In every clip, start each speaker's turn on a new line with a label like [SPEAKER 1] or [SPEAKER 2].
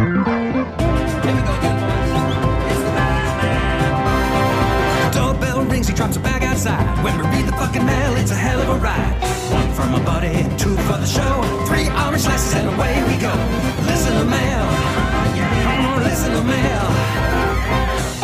[SPEAKER 1] Here we go again, boys. It's the madman. Doorbell rings, he drops a bag outside. When we read the fucking mail, it's a hell of a ride. One for my buddy, two for the show, three orange slices, and away we go. Listen to mail. Come on, listen to mail.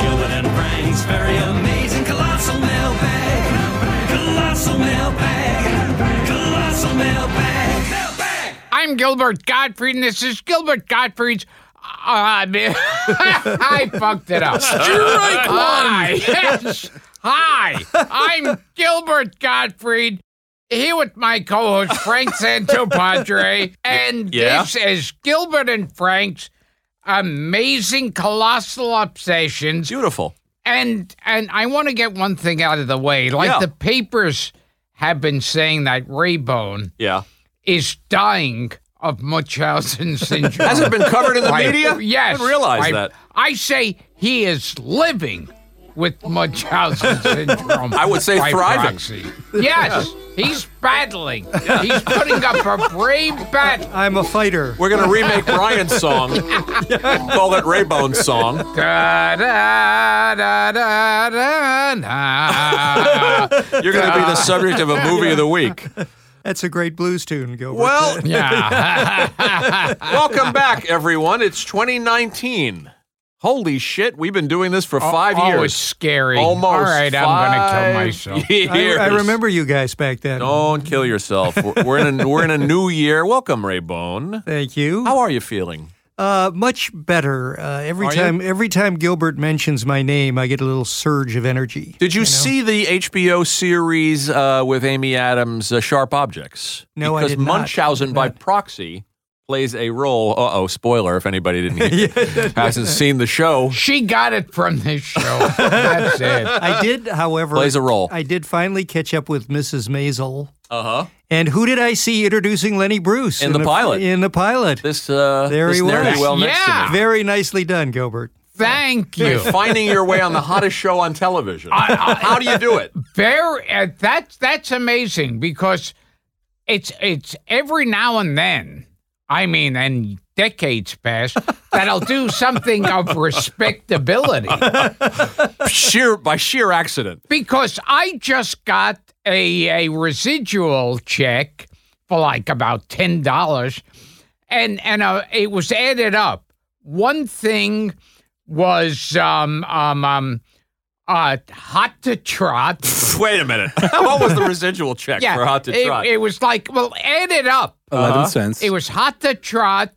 [SPEAKER 1] Gilbert and Frank's very amazing colossal mailbag. Colossal mailbag. Colossal mailbag. Mailbag!
[SPEAKER 2] I'm Gilbert Gottfried, and this is Gilbert Gottfried's. Uh, I fucked it up.
[SPEAKER 3] Strike
[SPEAKER 2] Hi. Yes. Hi. I'm Gilbert Gottfried. Here with my co-host Frank Santopadre, and
[SPEAKER 3] Yeah?
[SPEAKER 2] this is Gilbert and Frank's amazing colossal obsessions.
[SPEAKER 3] Beautiful.
[SPEAKER 2] And and I want to get one thing out of the way. Like
[SPEAKER 3] Yeah.
[SPEAKER 2] the papers have been saying that Raybone
[SPEAKER 3] Yeah.
[SPEAKER 2] is dying of Munchausen syndrome.
[SPEAKER 3] Has it been covered in the
[SPEAKER 2] Like,
[SPEAKER 3] media?
[SPEAKER 2] Yes.
[SPEAKER 3] I didn't realize
[SPEAKER 2] I-
[SPEAKER 3] that.
[SPEAKER 2] I say he is living with Munchausen syndrome.
[SPEAKER 3] I would say
[SPEAKER 2] by
[SPEAKER 3] thriving.
[SPEAKER 2] proxy. Yes. He's battling. He's putting up a brave battle.
[SPEAKER 4] I'm a fighter.
[SPEAKER 3] We're going to remake Brian's song, call it Raybone's song.
[SPEAKER 2] Da, da, da, da, da, da.
[SPEAKER 3] You're going to be the subject of a movie of the week.
[SPEAKER 4] That's a great blues tune, Gilbert.
[SPEAKER 3] Well,
[SPEAKER 2] yeah.
[SPEAKER 3] welcome back, everyone. It's 2019. Holy shit, we've been doing this for five
[SPEAKER 2] oh,
[SPEAKER 3] years.
[SPEAKER 2] It's scary.
[SPEAKER 3] Almost.
[SPEAKER 2] All right, I'm going to
[SPEAKER 3] five
[SPEAKER 2] kill myself.
[SPEAKER 4] I,
[SPEAKER 3] Years.
[SPEAKER 4] I remember you guys back then.
[SPEAKER 3] Don't kill yourself. We're we're in a we're in a new year. Welcome, Raybone.
[SPEAKER 4] Thank you.
[SPEAKER 3] How are you feeling?
[SPEAKER 4] Uh, much better. Uh, every
[SPEAKER 3] Are you?
[SPEAKER 4] time, every time Gilbert mentions my name, I get a little surge of energy.
[SPEAKER 3] Did you, see the HBO series uh, with Amy Adams, uh, Sharp Objects?
[SPEAKER 4] No, I
[SPEAKER 3] because
[SPEAKER 4] did not.
[SPEAKER 3] Munchausen by proxy plays a role. Uh oh, spoiler! If anybody didn't hear, hasn't seen the show,
[SPEAKER 2] She got it from this show. That's it.
[SPEAKER 4] I did, however,
[SPEAKER 3] plays a role.
[SPEAKER 4] I did finally catch up with Mrs. Maisel.
[SPEAKER 3] Uh huh.
[SPEAKER 4] And who did I see introducing Lenny Bruce
[SPEAKER 3] In the pilot.
[SPEAKER 4] In the pilot.
[SPEAKER 3] This uh,
[SPEAKER 4] There
[SPEAKER 3] this
[SPEAKER 4] he was.
[SPEAKER 3] narrative well next
[SPEAKER 2] Yeah.
[SPEAKER 3] to me.
[SPEAKER 4] Very nicely done, Gilbert.
[SPEAKER 2] Thank you.
[SPEAKER 3] Finding your way on the hottest show on television. How do you do it?
[SPEAKER 2] Very. Uh, that's that's amazing because it's it's every now and then. I mean, and decades pass that I'll do something of respectability
[SPEAKER 3] Sheer by sheer accident.
[SPEAKER 2] because I just got a a residual check for like about ten dollars, and and uh, it was added up. One thing was um um um uh hot to trot.
[SPEAKER 3] Wait a minute. what was the residual check for Hot to
[SPEAKER 2] it,
[SPEAKER 3] Trot? Uh-huh.
[SPEAKER 2] it was like well, add it up.
[SPEAKER 5] 11 cents.
[SPEAKER 2] It was hot to trot,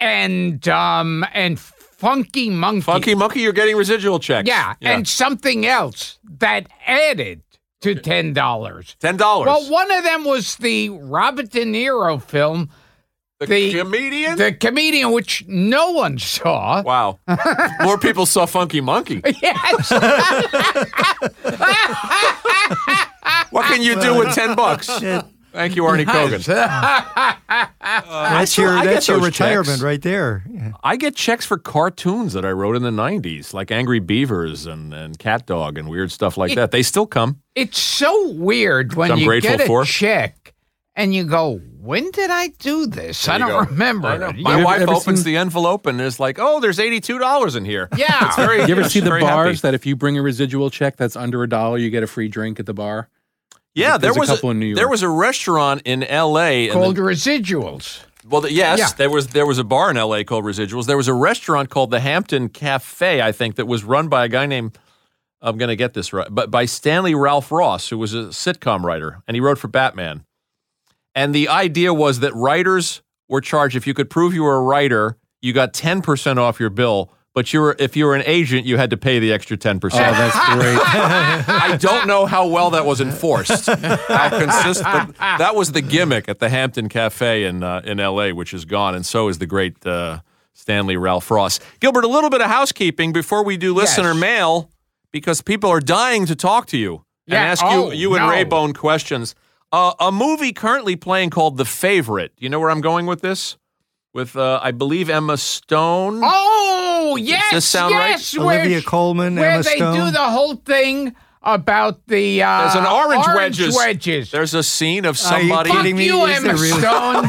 [SPEAKER 2] and um and funky monkey.
[SPEAKER 3] Funky Monkey, you're getting residual checks.
[SPEAKER 2] yeah, and something else that added to ten dollars.
[SPEAKER 3] ten dollars.
[SPEAKER 2] Well, one of them was the Robert De Niro film,
[SPEAKER 3] the,
[SPEAKER 2] the-
[SPEAKER 3] comedian.
[SPEAKER 2] The Comedian, which no one saw.
[SPEAKER 3] wow, more people saw Funky Monkey.
[SPEAKER 2] Yes.
[SPEAKER 3] What can you do with ten bucks? Thank you, Arnie Kogan.
[SPEAKER 4] That's
[SPEAKER 3] Uh, I-
[SPEAKER 4] your
[SPEAKER 3] I get
[SPEAKER 4] that's your
[SPEAKER 3] those
[SPEAKER 4] retirement
[SPEAKER 3] checks.
[SPEAKER 4] right there. Yeah.
[SPEAKER 3] I get checks for cartoons that I wrote in the '90s, like Angry Beavers and and Cat Dog and weird stuff like that. They still come.
[SPEAKER 2] it's so weird when
[SPEAKER 3] I'm
[SPEAKER 2] you
[SPEAKER 3] grateful
[SPEAKER 2] get a
[SPEAKER 3] for.
[SPEAKER 2] check and you go, "When did I do this? I
[SPEAKER 3] you
[SPEAKER 2] don't
[SPEAKER 3] go.
[SPEAKER 2] remember."
[SPEAKER 3] I know.
[SPEAKER 2] it."
[SPEAKER 3] My
[SPEAKER 2] You-
[SPEAKER 3] wife
[SPEAKER 5] ever
[SPEAKER 3] opens
[SPEAKER 5] seen-
[SPEAKER 3] the envelope and is like, "Oh, there's eighty-two dollars in here."
[SPEAKER 2] Yeah.
[SPEAKER 3] it's very.
[SPEAKER 5] you ever
[SPEAKER 3] she's
[SPEAKER 5] see the
[SPEAKER 3] very
[SPEAKER 5] bars
[SPEAKER 3] happy.
[SPEAKER 5] that if you bring a residual check that's under a dollar, you get a free drink at the bar?
[SPEAKER 3] yeah, there
[SPEAKER 5] there's a
[SPEAKER 3] was
[SPEAKER 5] couple in New York.
[SPEAKER 3] there was a restaurant in L.A. and the-
[SPEAKER 2] called residuals.
[SPEAKER 3] Well, th- yes,
[SPEAKER 2] Yeah.
[SPEAKER 3] there was there was a bar in L.A. called Residuals. There was a restaurant called the Hampton Cafe, I think, that was run by a guy named I'm going to get this right, but by Stanley Ralph Ross, who was a sitcom writer, and he wrote for Batman. And the idea was that writers were charged if you could prove you were a writer, you got ten percent off your bill. But you were if you were an agent, you had to pay the extra ten
[SPEAKER 5] Oh,
[SPEAKER 3] percent.
[SPEAKER 5] that's great.
[SPEAKER 3] I don't know how well that was enforced. How consistent that was the gimmick at the Hampton Cafe in uh, in L.A., which is gone, and so is the great uh, Stanley Ralph Ross. Gilbert, a little bit of housekeeping before we do listener
[SPEAKER 2] Yes.
[SPEAKER 3] mail, because people are dying to talk to you
[SPEAKER 2] Yeah,
[SPEAKER 3] and ask
[SPEAKER 2] oh,
[SPEAKER 3] you you and
[SPEAKER 2] no.
[SPEAKER 3] Raybone questions. Uh, a movie currently playing called The Favorite. You know where I'm going with this? With uh, I believe Emma Stone.
[SPEAKER 2] Oh yes,
[SPEAKER 3] this sound right?
[SPEAKER 2] yes. where
[SPEAKER 4] Olivia
[SPEAKER 2] sh-
[SPEAKER 4] Colman,
[SPEAKER 2] where
[SPEAKER 4] Emma
[SPEAKER 2] they
[SPEAKER 4] Stone.
[SPEAKER 2] do the whole thing about the uh,
[SPEAKER 3] There's an orange,
[SPEAKER 2] orange
[SPEAKER 3] wedges.
[SPEAKER 2] wedges.
[SPEAKER 3] There's a scene of
[SPEAKER 4] Are you
[SPEAKER 3] somebody.
[SPEAKER 4] kidding
[SPEAKER 2] Fuck
[SPEAKER 4] me?
[SPEAKER 2] you,
[SPEAKER 4] Is
[SPEAKER 2] Emma
[SPEAKER 4] there really-
[SPEAKER 2] Stone.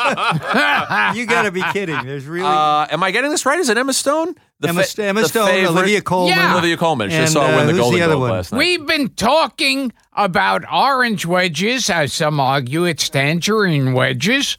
[SPEAKER 4] You got to be kidding. There's really
[SPEAKER 3] Uh, am I getting this right? Is it Emma Stone? The
[SPEAKER 4] Emma,
[SPEAKER 3] fa-
[SPEAKER 4] St- Emma
[SPEAKER 3] the
[SPEAKER 4] Stone,
[SPEAKER 3] favorite-
[SPEAKER 4] Olivia Colman.
[SPEAKER 2] Yeah.
[SPEAKER 3] Olivia Colman. She
[SPEAKER 4] And,
[SPEAKER 3] saw her
[SPEAKER 4] uh,
[SPEAKER 3] win the
[SPEAKER 4] who's the
[SPEAKER 3] Golden
[SPEAKER 4] other
[SPEAKER 3] Globe
[SPEAKER 4] one?
[SPEAKER 3] last night.
[SPEAKER 2] We've been talking about orange wedges, as some argue it's tangerine wedges,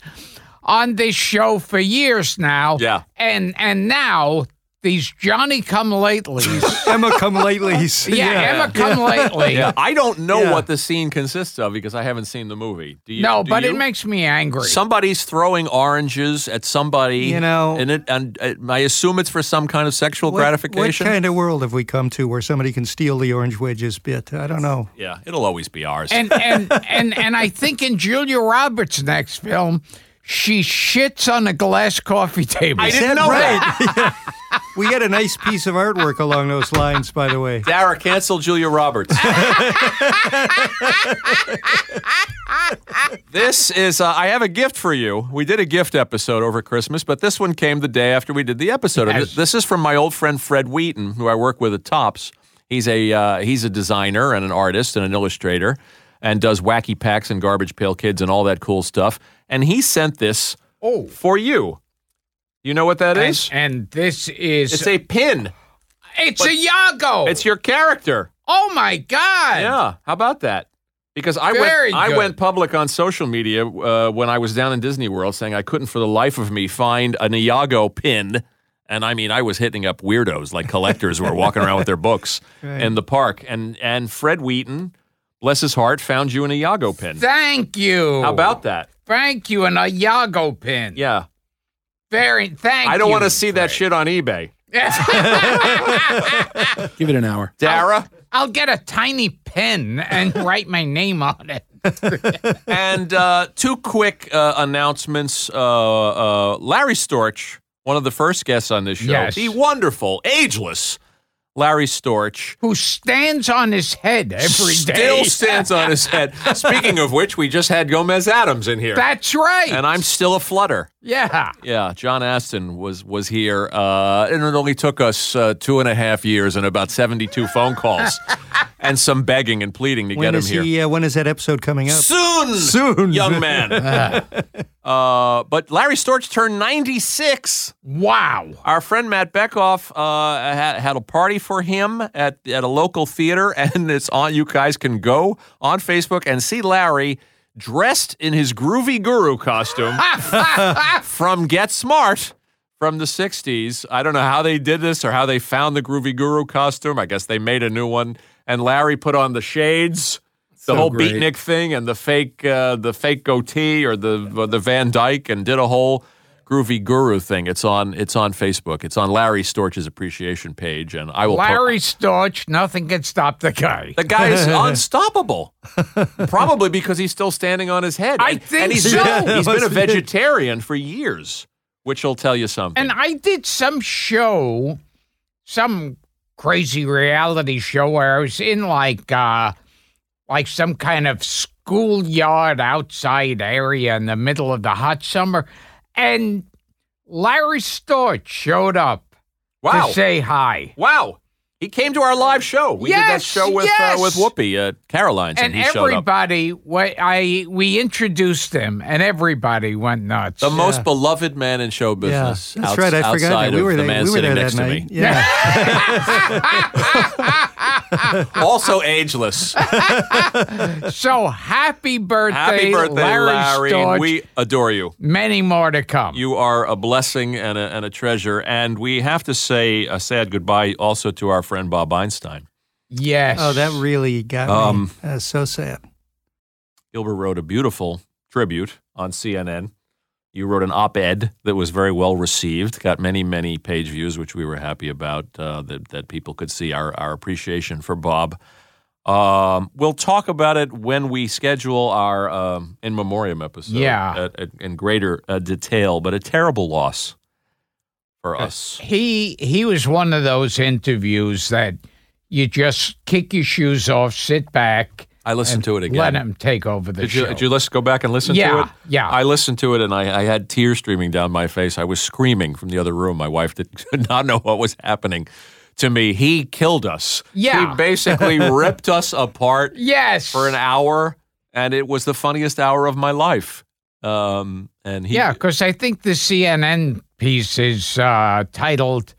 [SPEAKER 2] on this show for years now.
[SPEAKER 3] Yeah.
[SPEAKER 2] And and now these Johnny come latelys.
[SPEAKER 4] Emma come lately. Yeah,
[SPEAKER 2] yeah, Emma come lately.
[SPEAKER 3] yeah, I don't know
[SPEAKER 4] Yeah.
[SPEAKER 3] what the scene consists of because I haven't seen the movie. Do you?
[SPEAKER 2] No,
[SPEAKER 3] do
[SPEAKER 2] but
[SPEAKER 3] you?
[SPEAKER 2] it makes me angry.
[SPEAKER 3] Somebody's throwing oranges at somebody.
[SPEAKER 4] You know-
[SPEAKER 3] and, it, and uh, I assume it's for some kind of sexual
[SPEAKER 4] What-
[SPEAKER 3] gratification.
[SPEAKER 4] What kind of world have we come to where somebody can steal the orange wedges bit? I don't know.
[SPEAKER 3] yeah, it'll always be ours.
[SPEAKER 2] and and and and I think in Julia Roberts' next film, she shits on a glass coffee table.
[SPEAKER 3] I
[SPEAKER 4] Is
[SPEAKER 3] didn't
[SPEAKER 4] that
[SPEAKER 3] know that.
[SPEAKER 4] right? we got a nice piece of artwork along those lines, by the way.
[SPEAKER 3] Dara, cancel Julia Roberts. this is, uh, I have a gift for you. We did a gift episode over Christmas, but this one came the day after we did the episode. And
[SPEAKER 2] Yes.
[SPEAKER 3] th- This is from my old friend Fred Wheaton, who I work with at Tops. He's a, uh, he's a designer and an artist and an illustrator and does wacky packs and garbage pail kids and all that cool stuff. And he sent this
[SPEAKER 2] Oh.
[SPEAKER 3] for you. You know what that
[SPEAKER 2] And,
[SPEAKER 3] is?
[SPEAKER 2] and this is
[SPEAKER 3] It's
[SPEAKER 2] it's a,
[SPEAKER 3] a pin.
[SPEAKER 2] Yago.
[SPEAKER 3] It's your character.
[SPEAKER 2] oh my God!
[SPEAKER 3] Yeah, how about that? Because I
[SPEAKER 2] Very
[SPEAKER 3] went, I
[SPEAKER 2] good.
[SPEAKER 3] went public on social media uh, when I was down in Disney World, saying I couldn't for the life of me find an Iago pin, and I mean I was hitting up weirdos like collectors who were walking around with their books in the park, and and Fred Wheaton, bless his heart, found you an Iago pin.
[SPEAKER 2] Thank you.
[SPEAKER 3] how about that?
[SPEAKER 2] thank you and a Yago pin?
[SPEAKER 3] Yeah,
[SPEAKER 2] Very thank.
[SPEAKER 3] I don't
[SPEAKER 2] you.
[SPEAKER 3] want to see that shit on eBay.
[SPEAKER 5] Give it an hour.
[SPEAKER 2] Oh,
[SPEAKER 3] Dara
[SPEAKER 2] I'll get a tiny pen and write my name on it.
[SPEAKER 3] and uh, two quick uh, announcements. Uh, uh, Larry Storch, one of the first guests on this show,
[SPEAKER 2] Yes.
[SPEAKER 3] the wonderful, ageless Larry Storch,
[SPEAKER 2] Who stands on his head every day?
[SPEAKER 3] still stands on his head. Speaking of which, we just had Gomez Adams in here,
[SPEAKER 2] That's right.
[SPEAKER 3] and I'm still a flutter.
[SPEAKER 2] yeah.
[SPEAKER 3] Yeah, John Aston was was here, uh, and it only took us uh, two and a half years and about seventy two phone calls and some begging and pleading to
[SPEAKER 4] When
[SPEAKER 3] get him
[SPEAKER 4] is
[SPEAKER 3] here.
[SPEAKER 4] he? Uh, when is that episode coming up?
[SPEAKER 3] Soon,
[SPEAKER 4] Soon.
[SPEAKER 3] young man. uh, but Larry Storch turned 96.
[SPEAKER 2] Wow.
[SPEAKER 3] Our friend Matt Beckoff uh, had, had a party for him at, at a local theater, and it's on. You guys can go on Facebook and see Larry dressed in his groovy guru costume from Get Smart from the 60s. I don't know how they did this or how they found the groovy guru costume. I guess they made a new one, and Larry put on the shades. The whole
[SPEAKER 5] great.
[SPEAKER 3] beatnik thing and the fake, uh, the fake goatee or the or the Van Dyke, and did a whole groovy guru thing. It's on, it's on Facebook. It's on Larry Storch's appreciation page, and I will. po-
[SPEAKER 2] Larry Storch, nothing can stop the guy.
[SPEAKER 3] the guy is unstoppable. Probably because he's still standing on his head.
[SPEAKER 2] I
[SPEAKER 3] And-
[SPEAKER 2] think
[SPEAKER 3] and he's
[SPEAKER 2] so.
[SPEAKER 3] been- he's been a
[SPEAKER 4] Yeah, that's it.
[SPEAKER 3] vegetarian for years, which will tell you something.
[SPEAKER 2] And I did some show, some crazy reality show where I was in like uh like some kind of schoolyard outside area in the middle of the hot summer and Larry Storch showed up
[SPEAKER 3] wow.
[SPEAKER 2] to say hi.
[SPEAKER 3] Wow. He came to our live show. We did that
[SPEAKER 2] Yes,
[SPEAKER 3] show with
[SPEAKER 2] yes.
[SPEAKER 3] uh, with Whoopi at Caroline's, and,
[SPEAKER 2] And
[SPEAKER 3] he showed up.
[SPEAKER 2] everybody, wa- I we introduced him, and everybody went nuts.
[SPEAKER 3] The most beloved man in show business.
[SPEAKER 4] That's
[SPEAKER 3] outs-
[SPEAKER 4] right. I
[SPEAKER 3] outside
[SPEAKER 4] forgot that. We
[SPEAKER 3] of
[SPEAKER 4] were
[SPEAKER 3] the
[SPEAKER 4] there.
[SPEAKER 3] man
[SPEAKER 4] we were
[SPEAKER 3] sitting
[SPEAKER 4] there
[SPEAKER 3] next
[SPEAKER 4] that
[SPEAKER 3] to
[SPEAKER 4] night.
[SPEAKER 3] me.
[SPEAKER 4] Yeah.
[SPEAKER 3] Also ageless.
[SPEAKER 2] so happy birthday,
[SPEAKER 3] Happy birthday, Larry.
[SPEAKER 2] Larry, Storch.
[SPEAKER 3] We adore you.
[SPEAKER 2] Many more to come.
[SPEAKER 3] You are a blessing and a, and a treasure. And we have to say a sad goodbye also to our friend Bob Einstein.
[SPEAKER 2] yes.
[SPEAKER 4] oh, that really got
[SPEAKER 3] Um,
[SPEAKER 4] me. That's so sad.
[SPEAKER 3] Gilbert wrote a beautiful tribute on CNN. You wrote an op-ed that was very well received, got many, many page views, which we were happy about. Uh, that that people could see our our appreciation for Bob. Um, we'll talk about it when we schedule our um, in memoriam episode.
[SPEAKER 2] Yeah.
[SPEAKER 3] at- at- in greater uh, detail, but a terrible loss for us.
[SPEAKER 2] he he was one of those interviews that you just kick your shoes off, sit back,
[SPEAKER 3] I listened to it again.
[SPEAKER 2] let him take over the
[SPEAKER 3] Did
[SPEAKER 2] show.
[SPEAKER 3] you, did you listen, go back and listen to
[SPEAKER 2] Yeah,
[SPEAKER 3] it?
[SPEAKER 2] yeah.
[SPEAKER 3] I listened to it and I, I had tears streaming down my face. I was screaming from the other room. My wife did, did not know what was happening. to me. He killed us.
[SPEAKER 2] Yeah.
[SPEAKER 3] He basically ripped us apart
[SPEAKER 2] Yes.
[SPEAKER 3] for an hour, and it was the funniest hour of my life. Um, and he,
[SPEAKER 2] Yeah, because I think the CNN piece is uh, titled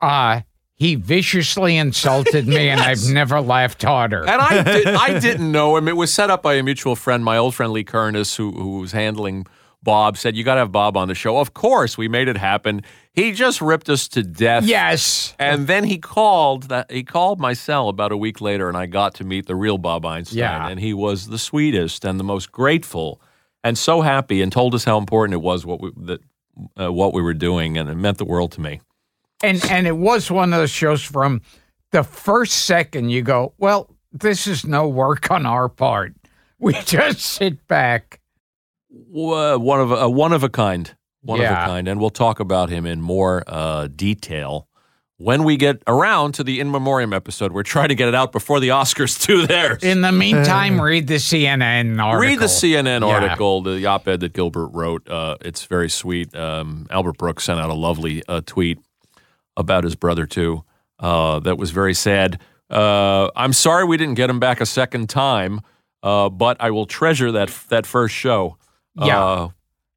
[SPEAKER 2] uh, "He viciously insulted me, and I've never laughed harder."
[SPEAKER 3] And I, did, I didn't know him. It was set up by a mutual friend, my old friend Lee Kernis, who, who was handling Bob, said, You got to have Bob on the show. Of course, we made it happen. He just ripped us to death.
[SPEAKER 2] yes.
[SPEAKER 3] And then he called that he called my cell about a week later, and I got to meet the real Bob Einstein.
[SPEAKER 2] Yeah.
[SPEAKER 3] And he was the sweetest and the most grateful, and so happy, and told us how important it was what we that uh, what we were doing, and it meant the world to me.
[SPEAKER 2] and and it was one of those shows from the first second you go, well, this is no work on our part. We just sit back.
[SPEAKER 3] Wha- uh, one of a one of a kind, one of
[SPEAKER 2] Yeah.
[SPEAKER 3] a kind, and we'll talk about him in more uh, detail when we get around to the in memoriam episode. We're trying to get it out before the Oscars do theirs.
[SPEAKER 2] In the meantime, read the CNN article.
[SPEAKER 3] Uh. Read the CNN
[SPEAKER 2] Yeah.
[SPEAKER 3] article, the op-ed that Gilbert wrote. Uh, it's very sweet. Um, Albert Brooks sent out a lovely uh, tweet about his brother too. Uh, that was very sad. Uh, I'm sorry we didn't get him back a second time, uh, but I will treasure that that first show.
[SPEAKER 2] Yeah.
[SPEAKER 3] Uh,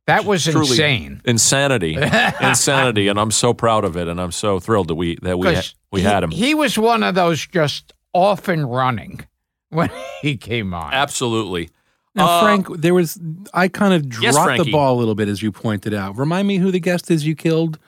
[SPEAKER 2] That was
[SPEAKER 3] truly
[SPEAKER 2] insane.
[SPEAKER 3] insanity, insanity, and I'm so proud of it, and I'm so thrilled that we that we ha-
[SPEAKER 2] 'Cause
[SPEAKER 3] we
[SPEAKER 2] he-
[SPEAKER 3] had him.
[SPEAKER 2] He was one of those just off and running when he came on.
[SPEAKER 3] Absolutely.
[SPEAKER 5] Now,
[SPEAKER 3] Uh,
[SPEAKER 5] Frank, there was I kind of
[SPEAKER 3] Yes,
[SPEAKER 5] dropped
[SPEAKER 3] Frankie.
[SPEAKER 5] the ball a little bit as you pointed out. Remind me who the guest is you killed.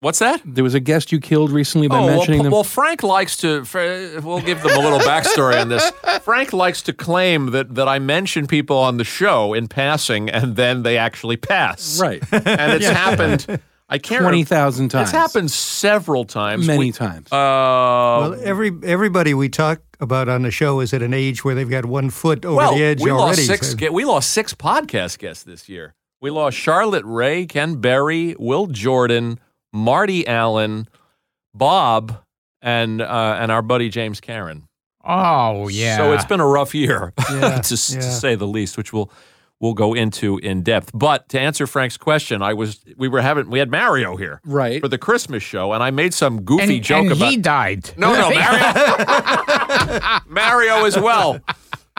[SPEAKER 3] What's that?
[SPEAKER 5] There was a guest you killed recently by
[SPEAKER 3] oh, well,
[SPEAKER 5] mentioning
[SPEAKER 3] P-
[SPEAKER 5] them.
[SPEAKER 3] well, Frank likes to. Fr- We'll give them a little backstory on this. Frank likes to claim that that I mention people on the show in passing, and then they actually pass.
[SPEAKER 5] right,
[SPEAKER 3] and it's happened. I can't.
[SPEAKER 5] twenty
[SPEAKER 3] remember-
[SPEAKER 5] thousand times.
[SPEAKER 3] It's happened several times.
[SPEAKER 5] many
[SPEAKER 3] We-
[SPEAKER 5] times.
[SPEAKER 3] Uh,
[SPEAKER 4] Well, every everybody we talk about on the show is at an age where they've got one foot over
[SPEAKER 3] well,
[SPEAKER 4] the edge
[SPEAKER 3] we
[SPEAKER 4] already.
[SPEAKER 3] Lost six,
[SPEAKER 4] so-
[SPEAKER 3] gu- we lost six podcast guests this year. We lost Charlotte Ray, Ken Berry, Will Jordan, Marty Allen, Bob, and uh, and our buddy James Karen.
[SPEAKER 2] Oh yeah.
[SPEAKER 3] So it's been a rough year,
[SPEAKER 4] Yeah,
[SPEAKER 3] to, s- to
[SPEAKER 4] yeah.
[SPEAKER 3] say the least, which we'll we'll go into in depth. But to answer Frank's question, I was we were having we had Mario here
[SPEAKER 5] Right.
[SPEAKER 3] for the Christmas show, and I made some goofy
[SPEAKER 2] and,
[SPEAKER 3] joke
[SPEAKER 2] and
[SPEAKER 3] about
[SPEAKER 2] he died.
[SPEAKER 3] no no Mario Mario as well.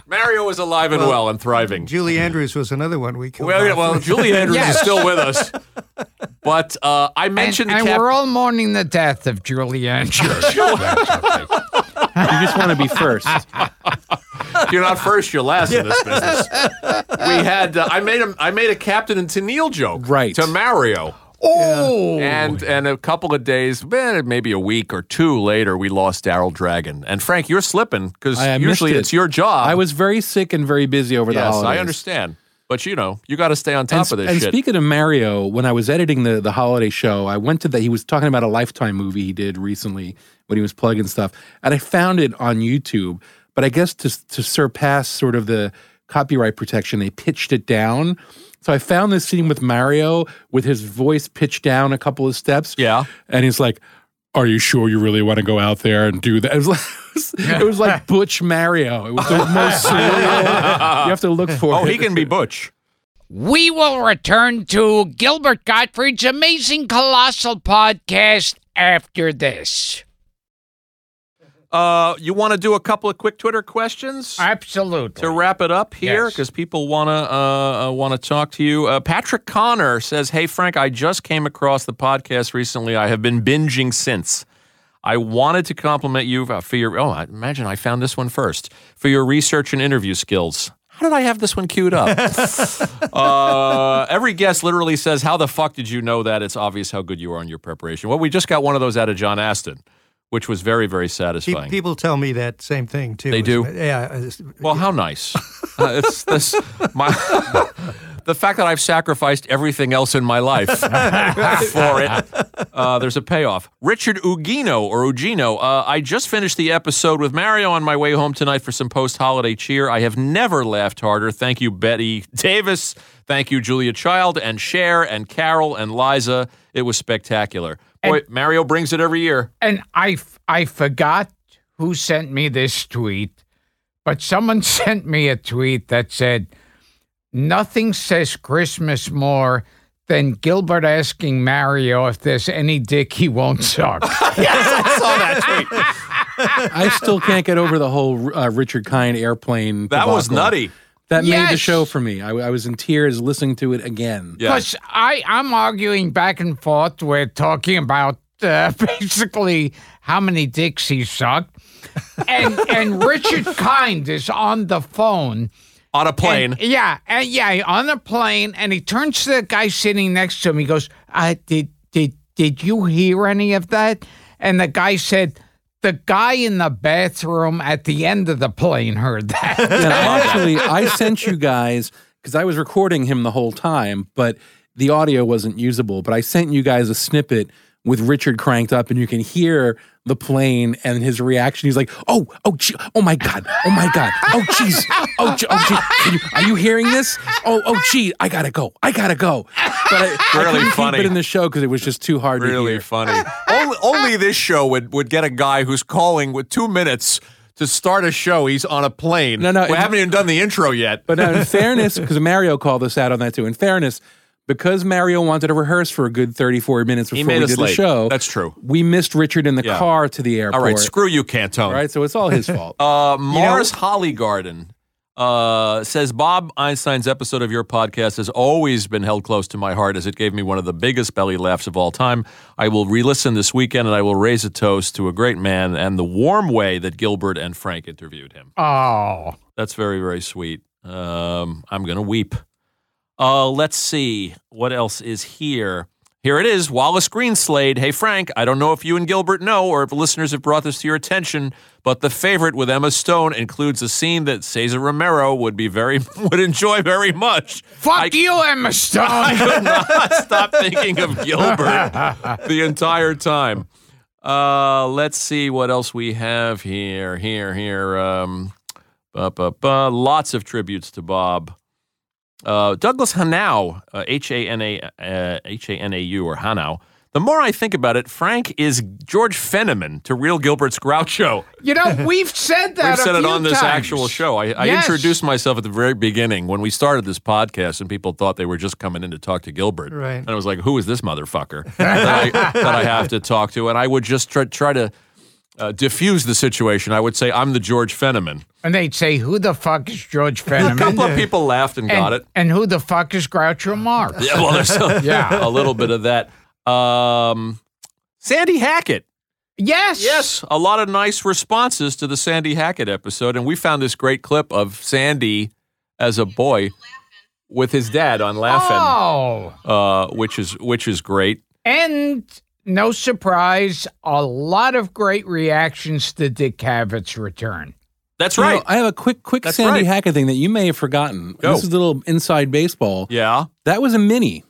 [SPEAKER 3] Mario is alive and well, and thriving.
[SPEAKER 4] Julie Andrews was another one we killed.
[SPEAKER 3] well, yeah,
[SPEAKER 4] off.
[SPEAKER 3] well, Julie Andrews is still with us, but uh, I
[SPEAKER 2] And,
[SPEAKER 3] mentioned
[SPEAKER 2] and
[SPEAKER 3] the cap-
[SPEAKER 2] we're all mourning the death of Julie Andrews.
[SPEAKER 5] you just want to be first.
[SPEAKER 3] Ah. You're not first, you're last in this business. We had uh, I made a I made a Captain and Tennille joke
[SPEAKER 5] Right.
[SPEAKER 3] to Mario.
[SPEAKER 2] oh,
[SPEAKER 3] And and a couple of days, eh, maybe a week or two later, we lost Daryl Dragon. And Frank, you're slipping because
[SPEAKER 5] I- I missed
[SPEAKER 3] usually
[SPEAKER 5] it.
[SPEAKER 3] it's your job.
[SPEAKER 5] I was very sick and very busy over the
[SPEAKER 3] yes,
[SPEAKER 5] holidays.
[SPEAKER 3] I understand, but you know you got to stay on
[SPEAKER 5] And,
[SPEAKER 3] top of this
[SPEAKER 5] and
[SPEAKER 3] shit.
[SPEAKER 5] speaking of Mario, when I was editing the the holiday show, I went to that. He was talking about a Lifetime movie he did recently when he was plugging stuff, and I found it on YouTube. But I guess to to surpass sort of the copyright protection, they pitched it down. So I found this scene with Mario with his voice pitched down a couple of steps.
[SPEAKER 3] Yeah.
[SPEAKER 5] and he's like. Are you sure you really want to go out there and do that? It was like, it was, like Butch Mario. It was the most surreal. You have to look for
[SPEAKER 3] oh,
[SPEAKER 5] it.
[SPEAKER 3] he can be Butch.
[SPEAKER 2] We will return to Gilbert Gottfried's amazing colossal podcast after this.
[SPEAKER 3] Uh, you want to do a couple of quick Twitter questions?
[SPEAKER 2] Absolutely.
[SPEAKER 3] to wrap it up here
[SPEAKER 2] Yes.
[SPEAKER 3] because people want to uh, uh, want to talk to you. Uh, Patrick Connor says, "Hey Frank, I just came across the podcast recently. I have been binging since. I wanted to compliment you for your oh, I imagine I found this one first for your research and interview skills." How did I have this one queued up? uh, every guest literally says, "How the fuck did you know that?" It's obvious how good you are in your preparation. Well, we just got one of those out of John Aston, which was very, very
[SPEAKER 4] Pe-
[SPEAKER 3] satisfying.
[SPEAKER 4] people tell me that same thing too.
[SPEAKER 3] They do?
[SPEAKER 4] Yeah. it's-
[SPEAKER 3] Well, how nice. Uh, it's this my the fact that I've sacrificed everything else in my life for it. Uh, there's a payoff. Richard Ugino or Ugino. Uh, I just finished the episode with Mario on my way home tonight for some post-holiday cheer. I have never laughed harder. Thank you, Betty Davis. Thank you, Julia Child and Cher and Carol and Liza. It was spectacular. Boy, Mario brings it every year.
[SPEAKER 2] and I, f- I forgot who sent me this tweet, but someone sent me a tweet that said, Nothing says Christmas more than Gilbert asking Mario if there's any dick he won't suck.
[SPEAKER 3] I saw that tweet.
[SPEAKER 5] I still can't get over the whole uh, Richard Kind airplane.
[SPEAKER 3] That was
[SPEAKER 5] debacle.
[SPEAKER 3] nutty.
[SPEAKER 5] That made the
[SPEAKER 2] Yes.
[SPEAKER 5] show for me. I, I was in tears listening to it again.
[SPEAKER 3] Yeah.
[SPEAKER 2] Because I I'm arguing back and forth. We're talking about uh, basically how many dicks he sucked, and and Richard Kind is on the phone.
[SPEAKER 3] On a plane.
[SPEAKER 2] And- yeah, and yeah, on the plane, and he turns to the guy sitting next to him. He goes, uh, "Did did did you hear any of that?" And the guy said, "The guy in the bathroom at the end of the plane heard that."
[SPEAKER 5] And I actually, I sent you guys because I was recording him the whole time, but the audio wasn't usable. But I sent you guys a snippet with Richard cranked up, and you can hear the plane and his reaction. He's like, "Oh, oh, gee, oh my god, oh my god, oh jeez, oh, gee, oh gee, are you, are you hearing this? Oh, oh gee, I gotta go, I gotta go." But I, I
[SPEAKER 3] Really
[SPEAKER 5] couldn't
[SPEAKER 3] funny.
[SPEAKER 5] keep it in the show because it was just too hard to
[SPEAKER 3] really
[SPEAKER 5] hear.
[SPEAKER 3] funny. only, only this show would, would get a guy who's calling with two minutes to start a show. He's on a plane.
[SPEAKER 5] No, no,
[SPEAKER 3] we
[SPEAKER 5] it-
[SPEAKER 3] haven't even done the intro yet.
[SPEAKER 5] But now, in fairness, because Mario called us out on that too. In fairness, because Mario wanted to rehearse for a good 34 minutes before
[SPEAKER 3] made
[SPEAKER 5] we
[SPEAKER 3] us
[SPEAKER 5] did the
[SPEAKER 3] late.
[SPEAKER 5] show,
[SPEAKER 3] That's true.
[SPEAKER 5] We missed Richard in the
[SPEAKER 3] Yeah.
[SPEAKER 5] car to the airport.
[SPEAKER 3] All right, screw you, Cantone.
[SPEAKER 5] All right, so it's all his fault.
[SPEAKER 3] Uh, Mars Hollygarden uh, says Bob Einstein's episode of your podcast has always been held close to my heart as it gave me one of the biggest belly laughs of all time. I will re listen this weekend and I will raise a toast to a great man and the warm way that Gilbert and Frank interviewed him.
[SPEAKER 2] oh,
[SPEAKER 3] That's very, very sweet. Um, I'm going to weep. Uh, let's see. What else is here? Here it is Wallace Greenslade. Hey, Frank, I don't know if you and Gilbert know or if listeners have brought this to your attention, but the favorite with Emma Stone includes a scene that Cesar Romero would be very would enjoy very much.
[SPEAKER 2] fuck you, Emma Stone.
[SPEAKER 3] could not stop thinking of Gilbert the entire time. Uh, let's see what else we have here. Here, here. Um, ba, ba, ba. Lots of tributes to Bob. Uh, Douglas Hanau, uh, H A N A uh, H A N A U or Hanau. The more I think about it, Frank is George Fenneman to Real Gilbert's Groucho.
[SPEAKER 2] You know, we've said that.
[SPEAKER 3] We've
[SPEAKER 2] a
[SPEAKER 3] said it
[SPEAKER 2] few
[SPEAKER 3] on this
[SPEAKER 2] times.
[SPEAKER 3] actual show. I, I
[SPEAKER 2] Yes.
[SPEAKER 3] introduced myself at the very beginning when we started this podcast, and people thought they were just coming in to talk to Gilbert.
[SPEAKER 4] Right.
[SPEAKER 3] And I was like, "Who is this motherfucker that, I, that I have to talk to?" And I would just try, try to uh, diffuse the situation. I would say, "I'm the George Fenneman."
[SPEAKER 2] And they'd say, "Who the fuck is George
[SPEAKER 3] A
[SPEAKER 2] Fenneman?"
[SPEAKER 3] couple of people laughed and got
[SPEAKER 2] and,
[SPEAKER 3] it.
[SPEAKER 2] and who the fuck is Groucho Marx?
[SPEAKER 3] Yeah, well, there's a,
[SPEAKER 2] Yeah.
[SPEAKER 3] a little bit of that. Um, Sandy Hackett.
[SPEAKER 2] Yes.
[SPEAKER 3] Yes, a lot of nice responses to the Sandy Hackett episode, and we found this great clip of Sandy as a boy with his dad on Laughing,
[SPEAKER 2] Oh,
[SPEAKER 3] uh, which is which is great.
[SPEAKER 2] and no surprise, a lot of great reactions to Dick Cavett's return.
[SPEAKER 3] That's
[SPEAKER 5] You know,
[SPEAKER 3] right.
[SPEAKER 5] I have a quick, quick
[SPEAKER 3] That's
[SPEAKER 5] Sandy
[SPEAKER 3] right.
[SPEAKER 5] Hackett thing that you may have forgotten.
[SPEAKER 3] Go.
[SPEAKER 5] This is a little inside baseball.
[SPEAKER 3] yeah,
[SPEAKER 5] That was a mini.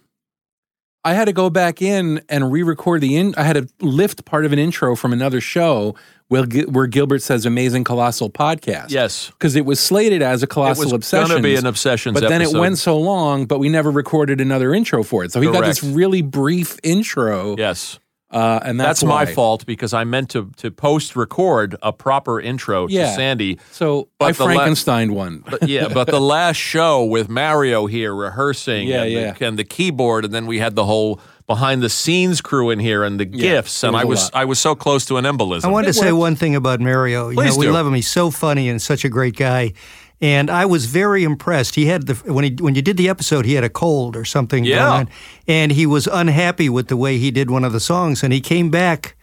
[SPEAKER 5] I had to go back in and re-record the in. I had to lift part of an intro from another show where, Gil- where Gilbert says "Amazing Colossal Podcast."
[SPEAKER 3] yes.
[SPEAKER 5] because it was slated as a
[SPEAKER 3] It
[SPEAKER 5] colossal
[SPEAKER 3] was
[SPEAKER 5] obsession.
[SPEAKER 3] gonna be an obsessions,
[SPEAKER 5] but then it
[SPEAKER 3] episode.
[SPEAKER 5] went so long, but we never recorded another intro for it. So he got this
[SPEAKER 3] Correct.
[SPEAKER 5] really brief intro,
[SPEAKER 3] Yes,
[SPEAKER 5] uh, and
[SPEAKER 3] that's,
[SPEAKER 5] that's,
[SPEAKER 3] my
[SPEAKER 5] why.
[SPEAKER 3] fault because I meant to to post record a proper intro to
[SPEAKER 5] Yeah.
[SPEAKER 3] Sandy.
[SPEAKER 5] So
[SPEAKER 3] But
[SPEAKER 5] I
[SPEAKER 3] the la-
[SPEAKER 5] Frankenstein one.
[SPEAKER 3] But yeah, but the last show with Mario here rehearsing
[SPEAKER 5] Yeah,
[SPEAKER 3] and,
[SPEAKER 5] yeah.
[SPEAKER 3] The, and the keyboard, and then we had the whole behind the scenes crew in here and the gifts, and
[SPEAKER 5] was
[SPEAKER 3] I
[SPEAKER 5] a
[SPEAKER 3] was
[SPEAKER 5] lot.
[SPEAKER 3] I was so close to an embolism.
[SPEAKER 4] I wanted to say one thing about Mario. You
[SPEAKER 3] Please
[SPEAKER 4] know, we
[SPEAKER 3] do.
[SPEAKER 4] love him. He's so funny and such a great guy. And I was very impressed. He had the when he when you did the episode, he had a cold or something
[SPEAKER 3] Yeah.
[SPEAKER 4] going on, and he was unhappy with the way he did one of the songs. And he came back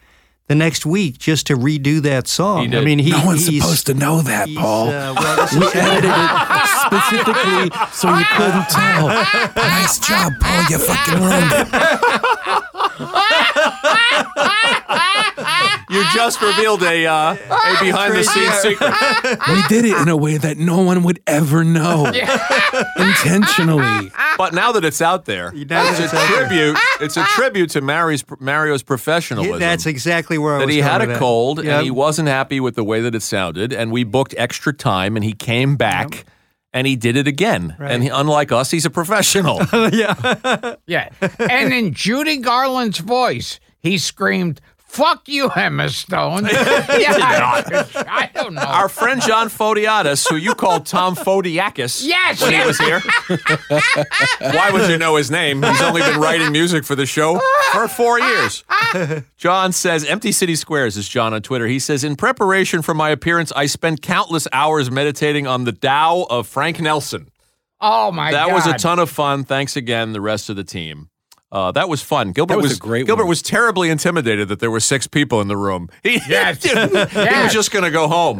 [SPEAKER 4] the next week just to redo that song.
[SPEAKER 3] He did.
[SPEAKER 4] I mean, he,
[SPEAKER 5] no one's
[SPEAKER 4] he's,
[SPEAKER 5] supposed to know that,
[SPEAKER 4] he's,
[SPEAKER 5] Paul.
[SPEAKER 4] uh, well, this
[SPEAKER 5] we
[SPEAKER 4] is-
[SPEAKER 5] edited it specifically so you couldn't tell. Nice job, Paul. You fucking ruined it.
[SPEAKER 3] You just revealed a uh, a behind the scenes secret.
[SPEAKER 5] We did it in a way that no one would ever know. Intentionally.
[SPEAKER 3] But now that it's out there,
[SPEAKER 4] now that
[SPEAKER 3] it's
[SPEAKER 4] it's
[SPEAKER 3] a
[SPEAKER 4] out there.
[SPEAKER 3] tribute. It's a tribute to Mario's Mario's professionalism.
[SPEAKER 4] that's exactly where I
[SPEAKER 3] that
[SPEAKER 4] was.
[SPEAKER 3] he
[SPEAKER 4] going
[SPEAKER 3] had
[SPEAKER 4] with
[SPEAKER 3] a
[SPEAKER 4] that.
[SPEAKER 3] cold
[SPEAKER 4] Yeah.
[SPEAKER 3] and he wasn't happy with the way that it sounded, and we booked extra time, and he came back. And he did it again. And he, unlike us, he's a professional.
[SPEAKER 2] Yeah. and in Judy Garland's voice, he screamed, fuck you, Emma Stone. yeah, I, I don't know.
[SPEAKER 3] Our friend John Fodiatis, who you called Tom Fodiakis
[SPEAKER 2] Yes,
[SPEAKER 3] when he
[SPEAKER 2] yes.
[SPEAKER 3] was here. Why would you know his name? He's only been writing music for the show for four years. John says, Empty City Squares is John on Twitter. He says, In preparation for my appearance, I spent countless hours meditating on the Tao of Frank Nelson.
[SPEAKER 2] oh my
[SPEAKER 3] That
[SPEAKER 2] god,
[SPEAKER 3] was a ton of fun. Thanks again, the rest of the team. Uh, that was fun. Gilbert
[SPEAKER 5] That was
[SPEAKER 3] was,
[SPEAKER 5] a great
[SPEAKER 3] Gilbert
[SPEAKER 5] one.
[SPEAKER 3] was terribly intimidated that there were six people in the room. He,
[SPEAKER 2] Yes.
[SPEAKER 3] he was
[SPEAKER 2] Yes.
[SPEAKER 3] just going to go home.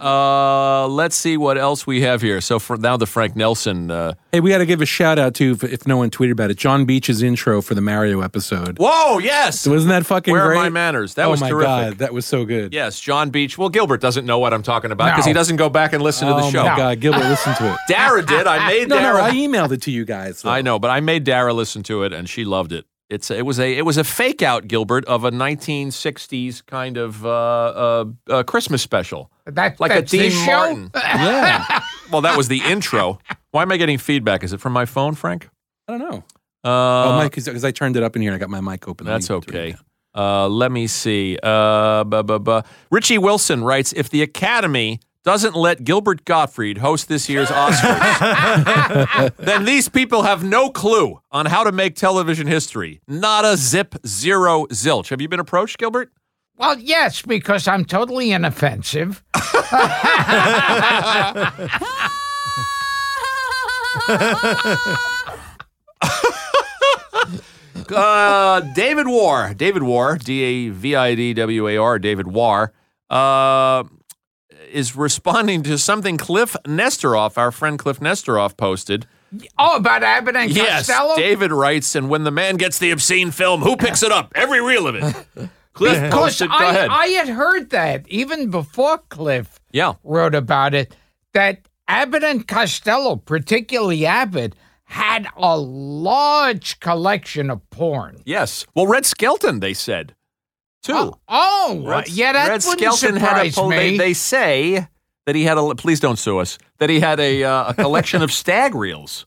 [SPEAKER 3] uh, let's see what else we have here. So for now, the Frank Nelson. Uh,
[SPEAKER 5] Hey, we got to give a shout out to if, if no one tweeted about it. John Beach's intro for the Mario episode.
[SPEAKER 3] whoa! Yes.
[SPEAKER 5] Wasn't that fucking
[SPEAKER 3] Where are
[SPEAKER 5] great?
[SPEAKER 3] my manners? That
[SPEAKER 5] oh
[SPEAKER 3] was
[SPEAKER 5] my
[SPEAKER 3] terrific.
[SPEAKER 5] god, that was so good.
[SPEAKER 3] Yes, John Beach. Well, Gilbert doesn't know what I'm talking about because
[SPEAKER 2] No.
[SPEAKER 3] he doesn't go back and listen
[SPEAKER 5] Oh
[SPEAKER 3] to the show.
[SPEAKER 5] my god, Gilbert, listen to it.
[SPEAKER 3] Dara did. I made
[SPEAKER 5] No,
[SPEAKER 3] Dara.
[SPEAKER 5] no, I emailed it to you guys. though.
[SPEAKER 3] I know, but I made Dara listen to it, and she loved it. It's it was a it was a fake out Gilbert of a 1960s kind of uh, uh, uh, Christmas special,
[SPEAKER 2] That-
[SPEAKER 3] like
[SPEAKER 2] that's
[SPEAKER 3] a Dean
[SPEAKER 2] this show?
[SPEAKER 3] Martin.
[SPEAKER 5] Yeah,
[SPEAKER 3] well, that was the intro. Why am I getting feedback? Is it from my phone, Frank?
[SPEAKER 5] I don't know.
[SPEAKER 3] Uh,
[SPEAKER 5] oh, Mike, because I turned it up in here and I got my mic open. Let
[SPEAKER 3] That's
[SPEAKER 5] me do it
[SPEAKER 3] okay.
[SPEAKER 5] again.
[SPEAKER 3] Uh, let me see. Uh, buh, buh, buh. Richie Wilson writes If the Academy doesn't let Gilbert Gottfried host this year's Oscars, then these people have no clue on how to make television history. Not a zip, zero, zilch. Have you been approached, Gilbert?
[SPEAKER 2] Well, yes, because I'm totally inoffensive.
[SPEAKER 3] Uh, David War. David War, D A V I D W A R, David War, uh, is responding to something Cliff Nestoroff, our friend Cliff Nestoroff, posted.
[SPEAKER 2] Oh, about Abbott and
[SPEAKER 3] Yes,
[SPEAKER 2] Costello.
[SPEAKER 3] David writes, and when the man gets the obscene film, who picks it up? Every reel of it. Cliff
[SPEAKER 2] Because
[SPEAKER 3] posted. Go
[SPEAKER 2] I,
[SPEAKER 3] ahead.
[SPEAKER 2] I had heard that even before Cliff
[SPEAKER 3] yeah.
[SPEAKER 2] wrote about it that Abbott and Costello, particularly Abbott, had a large collection of porn.
[SPEAKER 3] Yes. Well, Red Skelton, they said, too.
[SPEAKER 2] Oh,
[SPEAKER 3] Red,
[SPEAKER 2] yeah, that
[SPEAKER 3] Red
[SPEAKER 2] wouldn't
[SPEAKER 3] Skelton had a
[SPEAKER 2] surprise
[SPEAKER 3] poll. They,
[SPEAKER 2] me.
[SPEAKER 3] they say that he had a. Please don't sue us. That he had a uh, a collection of stag reels.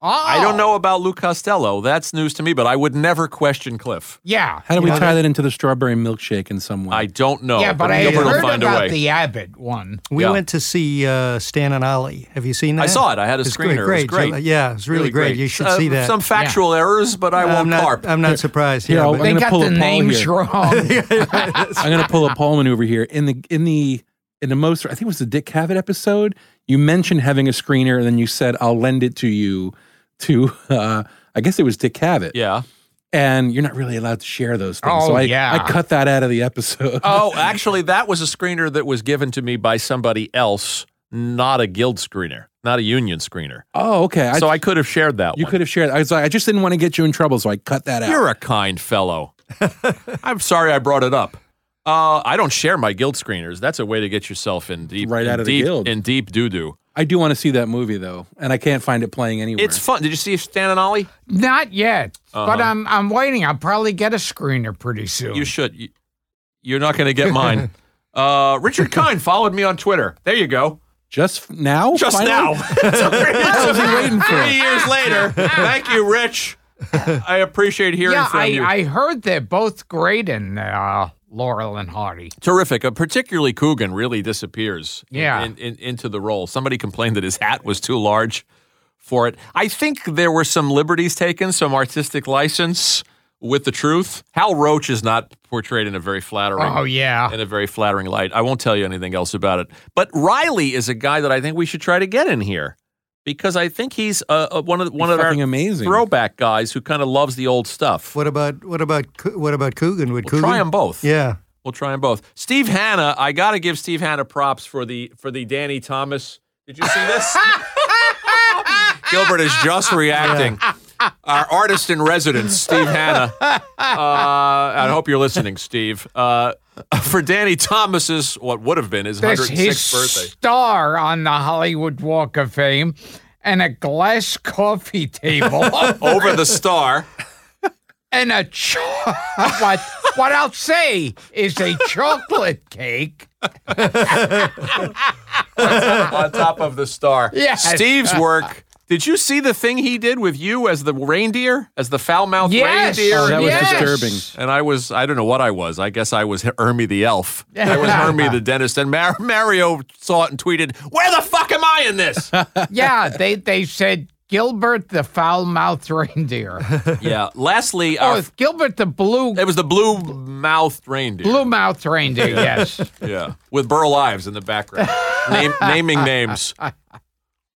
[SPEAKER 2] oh,
[SPEAKER 3] I don't know about Lou Costello. That's news to me, but I would never question Cliff.
[SPEAKER 2] Yeah,
[SPEAKER 5] How do we tie that into the strawberry milkshake in some way?
[SPEAKER 3] I don't know.
[SPEAKER 2] yeah, but I had
[SPEAKER 3] Gilbert will
[SPEAKER 2] heard
[SPEAKER 3] find a way.
[SPEAKER 2] about the Abbott one.
[SPEAKER 4] We
[SPEAKER 3] Yeah.
[SPEAKER 4] went to see uh, Stan and Ollie. Have you seen that?
[SPEAKER 3] I saw it. I had a
[SPEAKER 4] It's
[SPEAKER 3] screener. It was
[SPEAKER 4] Great, great.
[SPEAKER 3] great.
[SPEAKER 4] Yeah, it's really, great. You should
[SPEAKER 3] Uh,
[SPEAKER 4] see that.
[SPEAKER 3] Some factual errors, but I
[SPEAKER 4] I'm
[SPEAKER 3] won't
[SPEAKER 4] not,
[SPEAKER 3] carp.
[SPEAKER 4] I'm not surprised.
[SPEAKER 5] Here,
[SPEAKER 4] yeah,
[SPEAKER 5] I'll-
[SPEAKER 4] but-
[SPEAKER 2] They
[SPEAKER 5] gonna
[SPEAKER 2] got
[SPEAKER 5] pull
[SPEAKER 2] the
[SPEAKER 5] a poll
[SPEAKER 2] names
[SPEAKER 5] here.
[SPEAKER 2] wrong.
[SPEAKER 5] I'm gonna pull a Pullman over here in the in the in the most. I think it was the Dick Cavett episode. You mentioned having a screener, and then you said, "I'll lend it to you." To uh, I guess it was Dick Cavett.
[SPEAKER 3] Yeah.
[SPEAKER 5] and you're not really allowed to share those things.
[SPEAKER 2] Oh,
[SPEAKER 5] so I,
[SPEAKER 2] yeah.
[SPEAKER 5] I cut that out of the episode.
[SPEAKER 3] Oh, actually, that was a screener that was given to me by somebody else, not a guild screener, not a union screener.
[SPEAKER 5] oh, okay. I,
[SPEAKER 3] so I could have shared that
[SPEAKER 5] you
[SPEAKER 3] one.
[SPEAKER 5] could have shared. I was like, I just didn't want to get you in trouble, so I cut that out.
[SPEAKER 3] You're a kind fellow. I'm sorry I brought it up. Uh, I don't share my guild screeners. That's a way to get yourself in deep,
[SPEAKER 5] Right
[SPEAKER 3] in
[SPEAKER 5] out of the
[SPEAKER 3] deep,
[SPEAKER 5] guild.
[SPEAKER 3] in deep doo doo.
[SPEAKER 5] I do want to see that movie though, and I can't find it playing anywhere.
[SPEAKER 3] It's fun. Did you see Stan and Ollie?
[SPEAKER 2] Not yet, but
[SPEAKER 3] Uh-huh.
[SPEAKER 2] I'm I'm waiting. I'll probably get a screener pretty soon.
[SPEAKER 3] You should. You- You're not going to get mine. Uh, Richard Kine followed me on Twitter. There you go.
[SPEAKER 5] just f- now.
[SPEAKER 3] Just
[SPEAKER 5] Finally?
[SPEAKER 3] now.
[SPEAKER 5] What was he waiting for?
[SPEAKER 3] Three years later. Thank you, Rich. I appreciate hearing
[SPEAKER 2] yeah,
[SPEAKER 3] from
[SPEAKER 2] I,
[SPEAKER 3] you.
[SPEAKER 2] I heard they're both great in uh, Laurel and Hardy.
[SPEAKER 3] Terrific. Uh, particularly Coogan really disappears in-
[SPEAKER 2] Yeah.
[SPEAKER 3] in, in, into the role. Somebody complained that his hat was too large for it. I think there were some liberties taken, some artistic license with the truth. Hal Roach is not portrayed in a very flattering
[SPEAKER 2] Oh yeah,
[SPEAKER 5] Ah.
[SPEAKER 3] in a very flattering light. I won't tell you anything else about it. But Riley is a guy that I think we should try to get in here because I think he's uh, uh, one of the- one
[SPEAKER 5] He's
[SPEAKER 3] of our
[SPEAKER 5] fucking amazing.
[SPEAKER 3] throwback guys who kind of loves the old stuff.
[SPEAKER 4] What about what about Coo- what about Coogan? Would
[SPEAKER 3] We'll
[SPEAKER 4] Coogan?
[SPEAKER 3] try them both.
[SPEAKER 4] Yeah,
[SPEAKER 3] We'll try them both. Steve Hanna, I got to give Steve Hanna props for the for the Danny Thomas. Did you see this? Gilbert is just reacting. Our artist in residence, Steve Hanna. Uh, I hope you're listening, Steve. Uh, for Danny Thomas's what would have been his
[SPEAKER 2] that's
[SPEAKER 3] 106th
[SPEAKER 2] his
[SPEAKER 3] birthday.
[SPEAKER 2] star on the Hollywood Walk of Fame, and a glass coffee table,
[SPEAKER 3] Over the star.
[SPEAKER 2] and a cho- what what I'll say is a chocolate cake.
[SPEAKER 3] on top of the star.
[SPEAKER 2] Yes.
[SPEAKER 3] Steve's work Did you see the thing he did with you as the reindeer, as the foul mouthed
[SPEAKER 2] Yes.
[SPEAKER 3] reindeer?
[SPEAKER 5] Oh, that was
[SPEAKER 2] Yes.
[SPEAKER 5] disturbing.
[SPEAKER 3] And I was, I don't know what I was. I guess I was Hermie the elf. I was Hermie the dentist. And Mar- Mario saw it and tweeted, Where the fuck am I in this?
[SPEAKER 2] Yeah, they they said Gilbert the foul mouthed reindeer.
[SPEAKER 3] yeah. Lastly,
[SPEAKER 2] Oh,
[SPEAKER 3] our,
[SPEAKER 2] it's Gilbert the blue
[SPEAKER 3] it was the blue mouthed reindeer.
[SPEAKER 2] blue mouthed reindeer. Yes.
[SPEAKER 3] Yeah. With Burl Ives in the background, Name, naming names.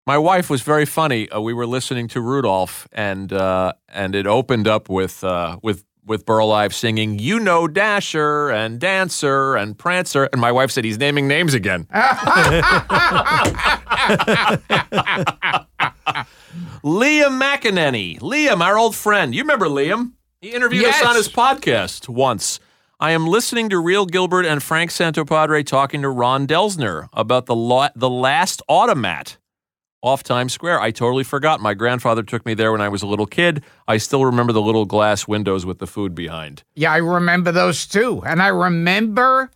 [SPEAKER 3] My wife was very funny. Uh, we were listening to Rudolph, and uh, and it opened up with uh, with with Burl Ives singing, "You know Dasher and Dancer and Prancer," and my wife said, "He's naming names again." Liam McEnany, Liam, our old friend. You remember Liam? He interviewed
[SPEAKER 2] Yes.
[SPEAKER 3] us on his podcast once. I am listening to Real Gilbert and Frank Santopadre talking to Ron Delsner about the lo- the last automat off Times Square. I totally forgot. My grandfather took me there when I was a little kid. I still remember the little glass windows with the food behind.
[SPEAKER 2] Yeah, I remember those too. And I remember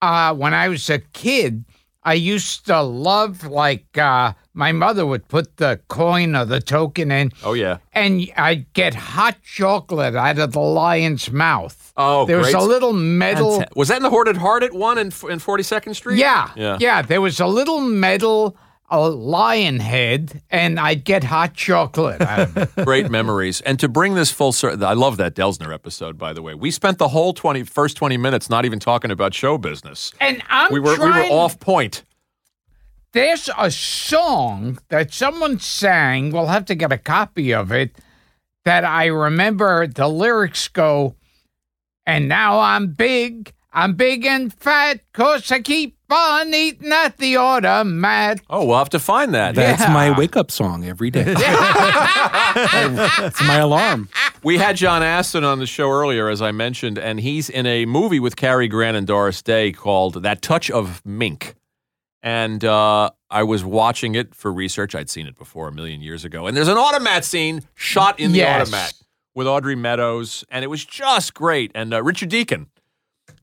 [SPEAKER 2] uh, when I was a kid, I used to love, like, uh, my mother would put the coin or the token in,
[SPEAKER 3] Oh yeah.
[SPEAKER 2] and I'd get hot chocolate out of the lion's mouth.
[SPEAKER 3] Oh,
[SPEAKER 2] there
[SPEAKER 3] great.
[SPEAKER 2] was a little metal.
[SPEAKER 3] Was that in the Hoarded Heart at one in, in 42nd Street?
[SPEAKER 2] Yeah,
[SPEAKER 3] Yeah.
[SPEAKER 2] There was a little metal, a lion head, and I'd get hot chocolate out of it.
[SPEAKER 3] Great memories. And to bring this full circle, I love that Delsner episode, by the way. We spent the whole 20, first 20 minutes not even talking about show business.
[SPEAKER 2] And I'm
[SPEAKER 3] We were, we
[SPEAKER 2] trying
[SPEAKER 3] were off point.
[SPEAKER 2] there's a song that someone sang. We'll have to get a copy of it. That I remember the lyrics go, and now I'm big, I'm big and fat, cause I keep on eating at the automat.
[SPEAKER 3] Oh, we'll have to find that.
[SPEAKER 5] That's
[SPEAKER 2] Yeah.
[SPEAKER 5] my wake up song every day. it's my alarm.
[SPEAKER 3] We had John Aston on the show earlier, as I mentioned, and he's in a movie with Cary Grant and Doris Day called That Touch of Mink. And uh, I was watching it for research. I'd seen it before a million years ago. And there's an automat scene shot in the
[SPEAKER 2] Yes.
[SPEAKER 3] automat with Audrey Meadows, and it was just great. And uh, Richard Deacon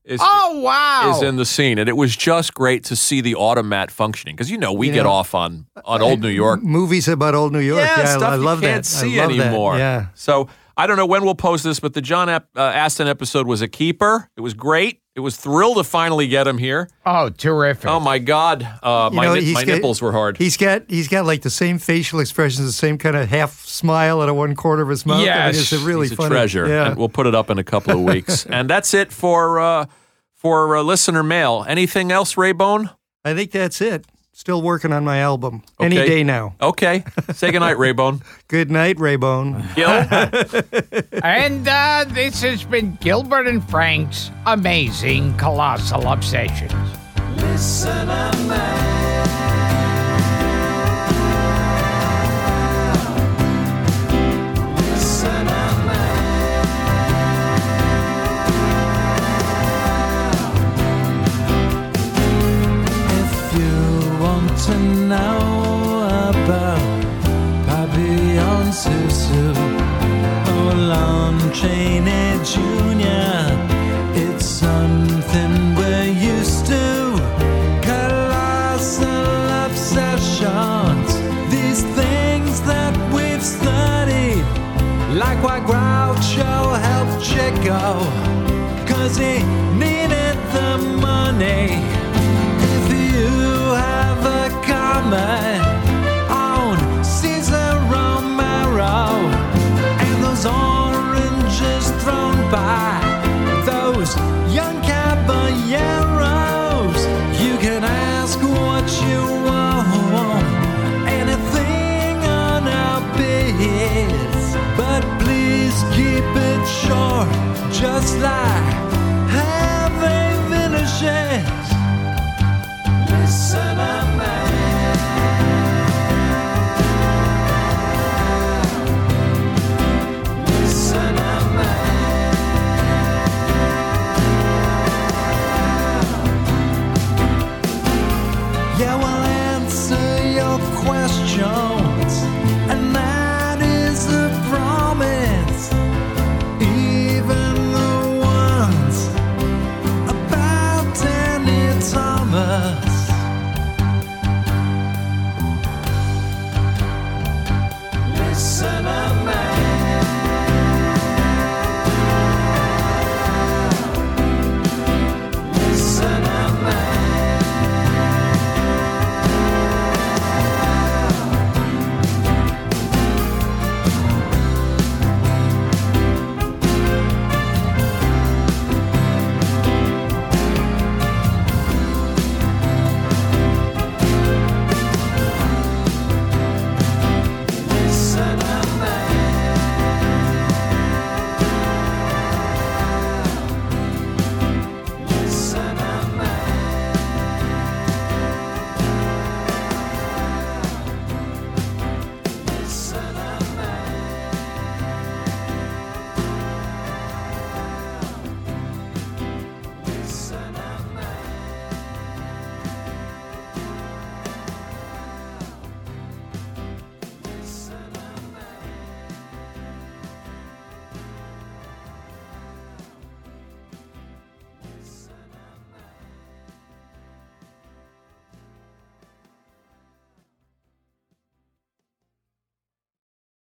[SPEAKER 3] is,
[SPEAKER 2] Oh wow!
[SPEAKER 3] is in the scene, and it was just great to see the automat functioning because you know we get off on on old New York
[SPEAKER 4] Movies about old New York.
[SPEAKER 3] yeah,
[SPEAKER 4] I-
[SPEAKER 3] stuff
[SPEAKER 4] I, love
[SPEAKER 3] you can't
[SPEAKER 4] that.
[SPEAKER 3] see
[SPEAKER 4] I love that.
[SPEAKER 3] anymore.
[SPEAKER 4] Yeah.
[SPEAKER 3] So I don't know when we'll post this, but the John Ap- uh, Aston episode was a keeper. It was great. It was thrilled to finally get him here.
[SPEAKER 2] oh, terrific!
[SPEAKER 3] Oh my God, uh,
[SPEAKER 4] You
[SPEAKER 3] my
[SPEAKER 4] know,
[SPEAKER 3] nip-
[SPEAKER 4] he's
[SPEAKER 3] my
[SPEAKER 4] got-
[SPEAKER 3] nipples were hard.
[SPEAKER 4] He's got he's got like the same facial expressions, the same kind of half smile out of one corner of his mouth. I mean,
[SPEAKER 2] Yes.
[SPEAKER 4] it's a really
[SPEAKER 3] He's a
[SPEAKER 4] funny
[SPEAKER 3] treasure,
[SPEAKER 4] Yeah.
[SPEAKER 3] and we'll put it up in a couple of weeks. and that's it for uh, for uh, listener mail. Anything else, Raybone?
[SPEAKER 4] I think that's it. Still working on my album. Any
[SPEAKER 3] Okay.
[SPEAKER 4] day now.
[SPEAKER 3] Okay, say goodnight, Raybone.
[SPEAKER 4] Good night, Raybone.
[SPEAKER 3] Gil.
[SPEAKER 2] and uh, this has been Gilbert and Frank's amazing colossal obsessions.
[SPEAKER 1] Listener Mail. Listener Mail. If you want to know about Papillon Susu or Lon Chaney Jr., it's something we're used to. Colossal obsessions, these things that we've studied, like why Groucho helped Chico, cause he needed the money. If you have a comment on Caesar Romero and those oranges thrown by those young caballeros, you can ask what you want. Anything on our bids, but please keep it short, just like